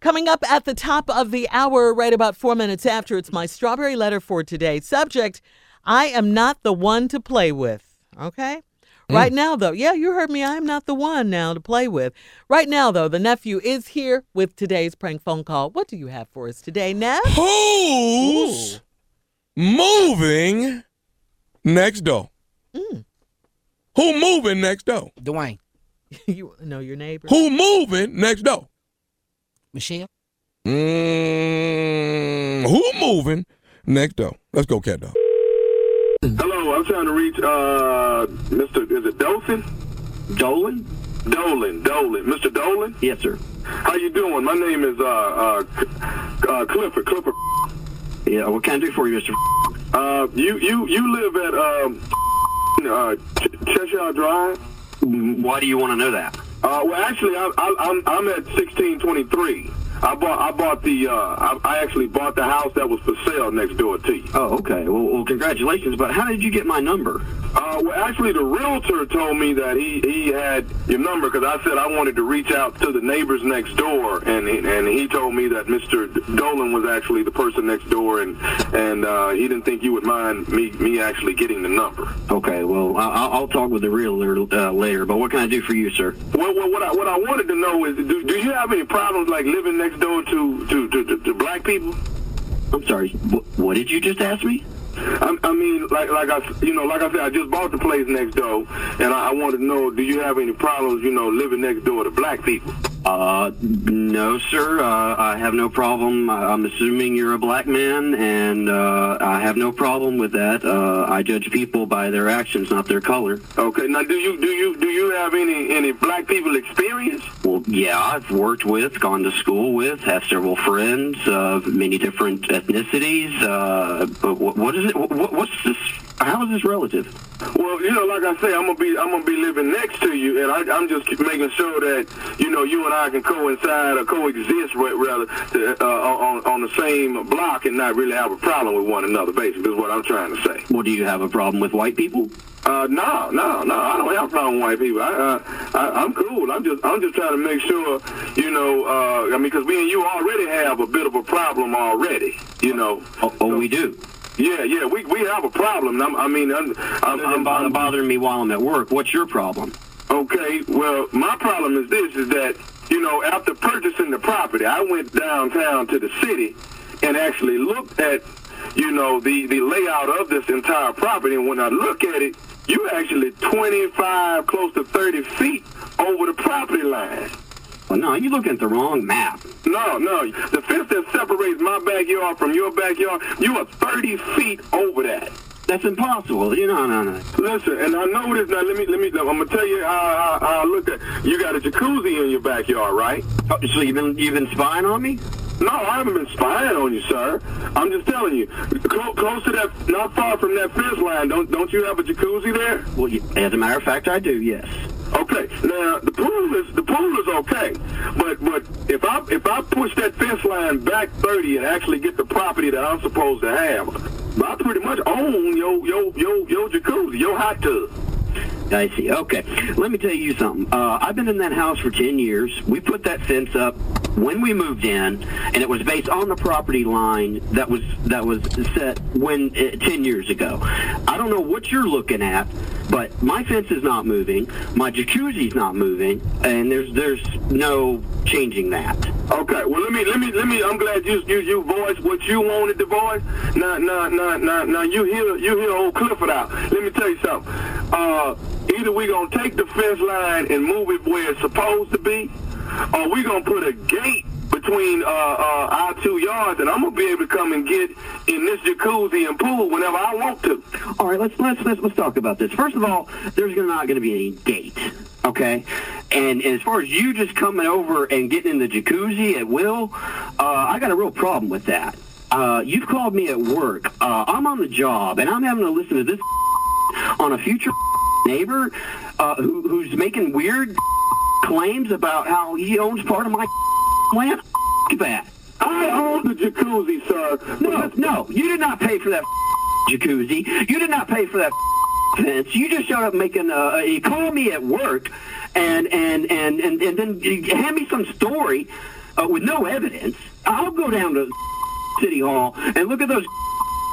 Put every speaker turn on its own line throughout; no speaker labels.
Coming up at the top of the hour, right about four minutes after, it's my strawberry letter for today. Subject I am not the one to play with. Okay? Right now, though, yeah, you heard me. I'm not the one now to play with. Right now, though, the nephew is here with today's prank phone call. What do you have for us today, Nev?
Who's moving next door? Who moving next door?
Dwayne,
you know your neighbor.
Who moving next door?
Michelle,
Mm, who moving next door? Let's go, cat dog.
Hello, I'm trying to reach uh Mr. Is it Dolson? Dolan? Dolan, Dolan, Mr. Dolan. Yes, sir. How you doing? My name is uh uh, C- uh Clifford. Clifford.
Yeah, what can I do for you, Mr.
Uh, you you you live at um uh Ch- Cheshire Drive.
Why do you want to know that?
Uh, well, actually, I, I, I'm I'm at 1623. I bought I bought the uh I, I actually bought the house that was for sale next door to you.
Oh, okay. Well, well, congratulations, but how did you get my number?
Uh, well, actually, the realtor told me that he, he had your number because I said I wanted to reach out to the neighbors next door, and he, and he told me that Mr. Dolan was actually the person next door, and and uh, he didn't think you would mind me me actually getting the number.
Okay, well, I- I'll, I'll talk with the realtor uh, later, but what can I do for you, sir?
Well, well what I what I wanted to know is, do, do you have any problems like living next door to to to, to, to black people?
I'm sorry, wh- what did you just ask me?
I, I mean, like like I s- you know like I said, I just bought the place next door, and I, I wanted to know, do you have any problems you know living next door to black people?
Uh, no, sir. Uh, I have no problem. I- I'm assuming you're a black man, and uh, I have no problem with that. Uh, I judge people by their actions, not their color.
Okay, now do you do you do you have any any black people experience?
Well, yeah, I've worked with, gone to school with, have several friends of many different ethnicities. Uh, but what, what is it? What, what's this? How is this relative?
Well, you know, like I say, I'm gonna be I'm gonna be living next to you, and I, I'm just making sure that you know you and I can coincide or coexist ra- rather to, uh, on on the same block and not really have a problem with one another. Basically, is what I'm trying to say.
Well, do you have a problem with white people?
Uh, no, no, no. I don't have a problem with white people. I, uh, I, I'm cool. I'm just, I'm just trying to make sure, you know. Uh, I mean, because me and you already have a bit of a problem already, you know.
Oh, oh we do.
Yeah, yeah, we we have a problem. I'm, I mean, I'm, I'm,
Other than
I'm,
bo-
I'm
bothering me while I'm at work, what's your problem?
okay. Well, my problem is this: is that you know, after purchasing the property, I went downtown to the city and actually looked at you know the the layout of this entire property. And when I look at it, you actually 25, close to 30 feet over the property line.
Well, no, you're looking at the wrong map.
No, no. The fence that separates my backyard from your backyard, you are 30 feet over that.
That's impossible. You know, no, no.
Listen, and I know this. Now let me let me. I'm gonna tell you how, how, how I looked at. You got a jacuzzi in your backyard, right?
Oh, so you've been you've been spying on me?
No, I haven't been spying on you, sir. I'm just telling you. Close, close to that, not far from that fence line. Don't don't you have a jacuzzi there?
Well, y- as a matter of fact, I do. Yes.
Okay. Now the pool is the pool is okay, but but if I if I push that fence line back 30 and actually get the property that I'm supposed to have, I pretty much own your your your your jacuzzi, your hot tub.
I see. Okay. Let me tell you something. Uh, I've been in that house for 10 years. We put that fence up when we moved in, and it was based on the property line that was that was set when uh, 10 years ago. I don't know what you're looking at, but my fence is not moving. My jacuzzi's not moving, and there's there's no changing that.
Okay, well let me let me let me. I'm glad you you you voiced what you wanted to voice. Now now now now now you hear you hear old Clifford out. Let me tell you something. Uh, either we gonna take the fence line and move it where it's supposed to be, or we gonna put a gate between uh, uh, our two yards, and I'm gonna be able to come and get in this jacuzzi and pool whenever I want to.
All right, let's let's let's, let's talk about this. First of all, there's gonna- not going to be any date, okay? And, as far as you just coming over and getting in the jacuzzi at will, uh, I got a real problem with that. Uh, you've called me at work. Uh, I'm on the job, and I'm having to listen to this on a future neighbor uh, who, who's making weird claims about how he owns part of my land. F- that.
I own the jacuzzi, sir.
No, no, you did not pay for that jacuzzi. You did not pay for that fence. You just showed up making. Uh, you called me at work, and and and and and then you hand me some story uh, with no evidence, I'll go down to City Hall and look at those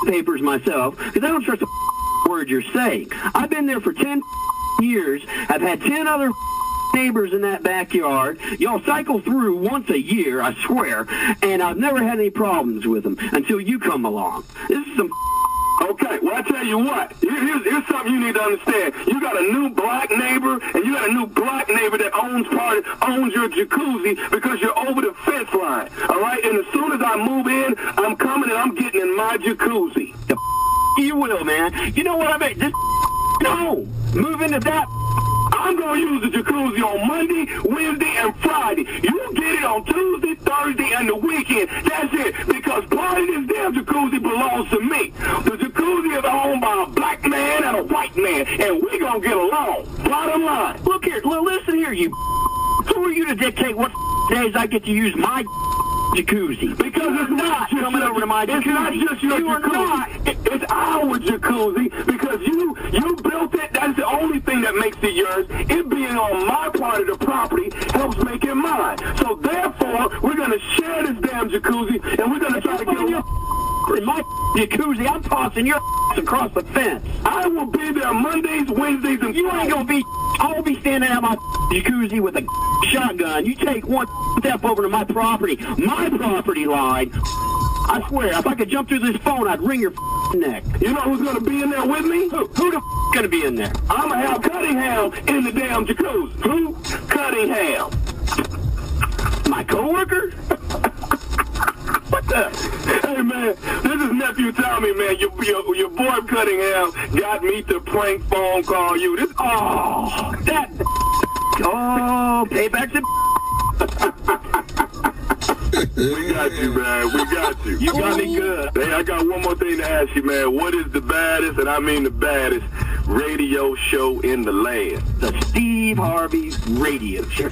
papers myself because I don't trust a word you're saying. I've been there for 10 years. I've had 10 other neighbors in that backyard. Y'all cycle through once a year, I swear, and I've never had any problems with them until you come along. This is some
Okay, well, I tell you what, here- here's, here's something you need to understand. You got a new black neighbor, and you got a new black neighbor that owns part, owns your jacuzzi because you're over the fence line, all right? And as soon as I move in, I'm coming and I'm getting in my jacuzzi.
you will, man. You know what I mean? This no. Move into that.
I'm going to use the jacuzzi on Monday, Wednesday, and Friday. You get it on Tuesday, Thursday, and the weekend. That's it, because part of this damn jacuzzi belongs to me. The jacuzzi is owned by a black man and a white man, and we going to get along. Bottom line.
Look here. Well, listen here, you. Who are you to dictate what days I get to use my jacuzzi?
Because it's not just
coming
your-
over to my
It's not
jacuzzi.
just your
You are
jacuzzi.
not.
It- It's our jacuzzi because you you built it. That's the only thing that makes it yours. It being on my part of the property helps make it mine. So therefore, we're gonna share this damn jacuzzi and we're gonna try to get.
Put your
along.
in my jacuzzi. I'm tossing your across the fence.
I will be there Mondays, Wednesdays, and
You ain't gonna be. I'll be standing out my jacuzzi with a shotgun. You take one step over to my property, my property line. I swear, if I could jump through this phone, I'd wring your neck.
You know who's gonna be in there with me?
Who, who the gonna be in there?
I'ma have Cunningham in the damn jacuzzi. Who? Cunningham.
My coworker?
Hey man, this is nephew Tommy, man. Your your, your boy Cunningham got me to prank phone call you. This oh that
Oh, payback's a.
we got you, man. We got you.
You got me good.
Hey, I got one more thing to ask you, man. What is the baddest, and I mean the baddest, radio show in the land?
The Steve Harvey radio show.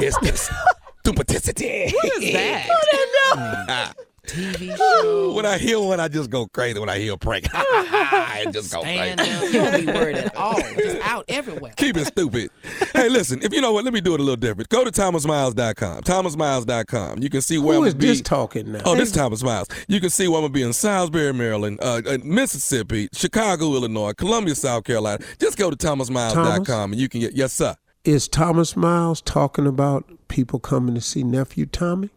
It's the stupidity.
What is that?
when I hear one, I just go crazy. When I hear a prank, I just go
Stand
crazy.
up. You don't be worried at all. It's out everywhere.
Keep it stupid. hey, listen, if you know what, let me do it a little different. Go to thomasmiles.com. Thomasmiles.com. You can see where
Who
I'm
is
gonna be.
this talking now?
Oh, this is Thomas Miles. You can see where I'm gonna be in Salisbury, Maryland, uh, uh, Mississippi, Chicago, Illinois, Columbia, South Carolina. Just go to thomasmiles.com and you can get yes, sir.
Is Thomas Miles talking about people coming to see nephew Tommy?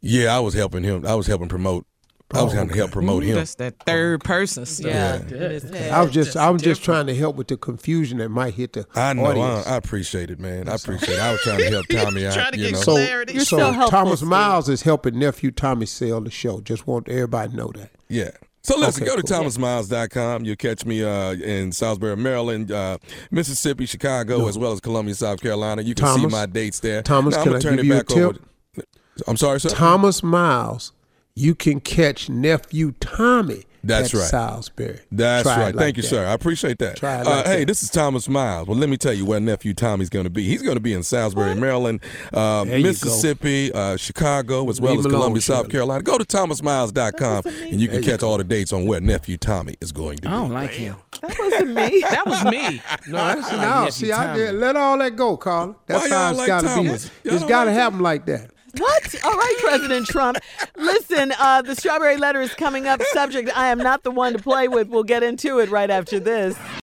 Yeah, I was helping him. I was helping promote. I was trying to help promote him.
That's that third person stuff.
Yeah. it is bad.
I was just I was just trying to help with the confusion that might hit the
I know. I,
audience.
I appreciate it, man. I appreciate it. I was trying to help Tommy out.
trying to
you
get
know.
close.
so,
Clarity.
You're
so
so helpful,
Thomas
Steve.
Miles is helping nephew Tommy sell the show. Just want everybody to know that.
Yeah. So listen,
Okay,
go to
cool.
thomasmiles.com. You'll catch me uh, in Salisbury, Maryland, uh, Mississippi, Chicago, as well as Columbia, South Carolina. You can see
Thomas,
my dates there.
Thomas,
Now, I'm
can
gonna
I
turn
give
it
you a
back over
tip?
to- I'm sorry, sir.
Thomas Miles, you can catch nephew Tommy
That's
at
right.
Salisbury.
That's
Try it
right.
like
Thank you,
that.
sir. I appreciate that.
Try it
uh,
like
hey,
that.
this is Thomas Miles. Well, let me tell you where nephew Tommy's going to be. He's going to be in Salisbury, Maryland, uh,
you go.
Mississippi, uh, Chicago, as well
Leave
as
him alone,
Columbia, South
Shirley.
Carolina. Go to thomasmiles.com and you can catch all the dates on where nephew Tommy is going to be.
I
Oh,
don't like him.
That wasn't me.
That was me.
No, that's,
like
no
nephew
see, I
Tommy.
did, let all that go, Carla. That's
y'all
how it's
like
got to be.
Thomas? Y'all
It's
don't
got to
like
happen like that.
What? All right, President Trump. Listen, uh, the strawberry letter is coming up. Subject I am not the one to play with. We'll get into it right after this.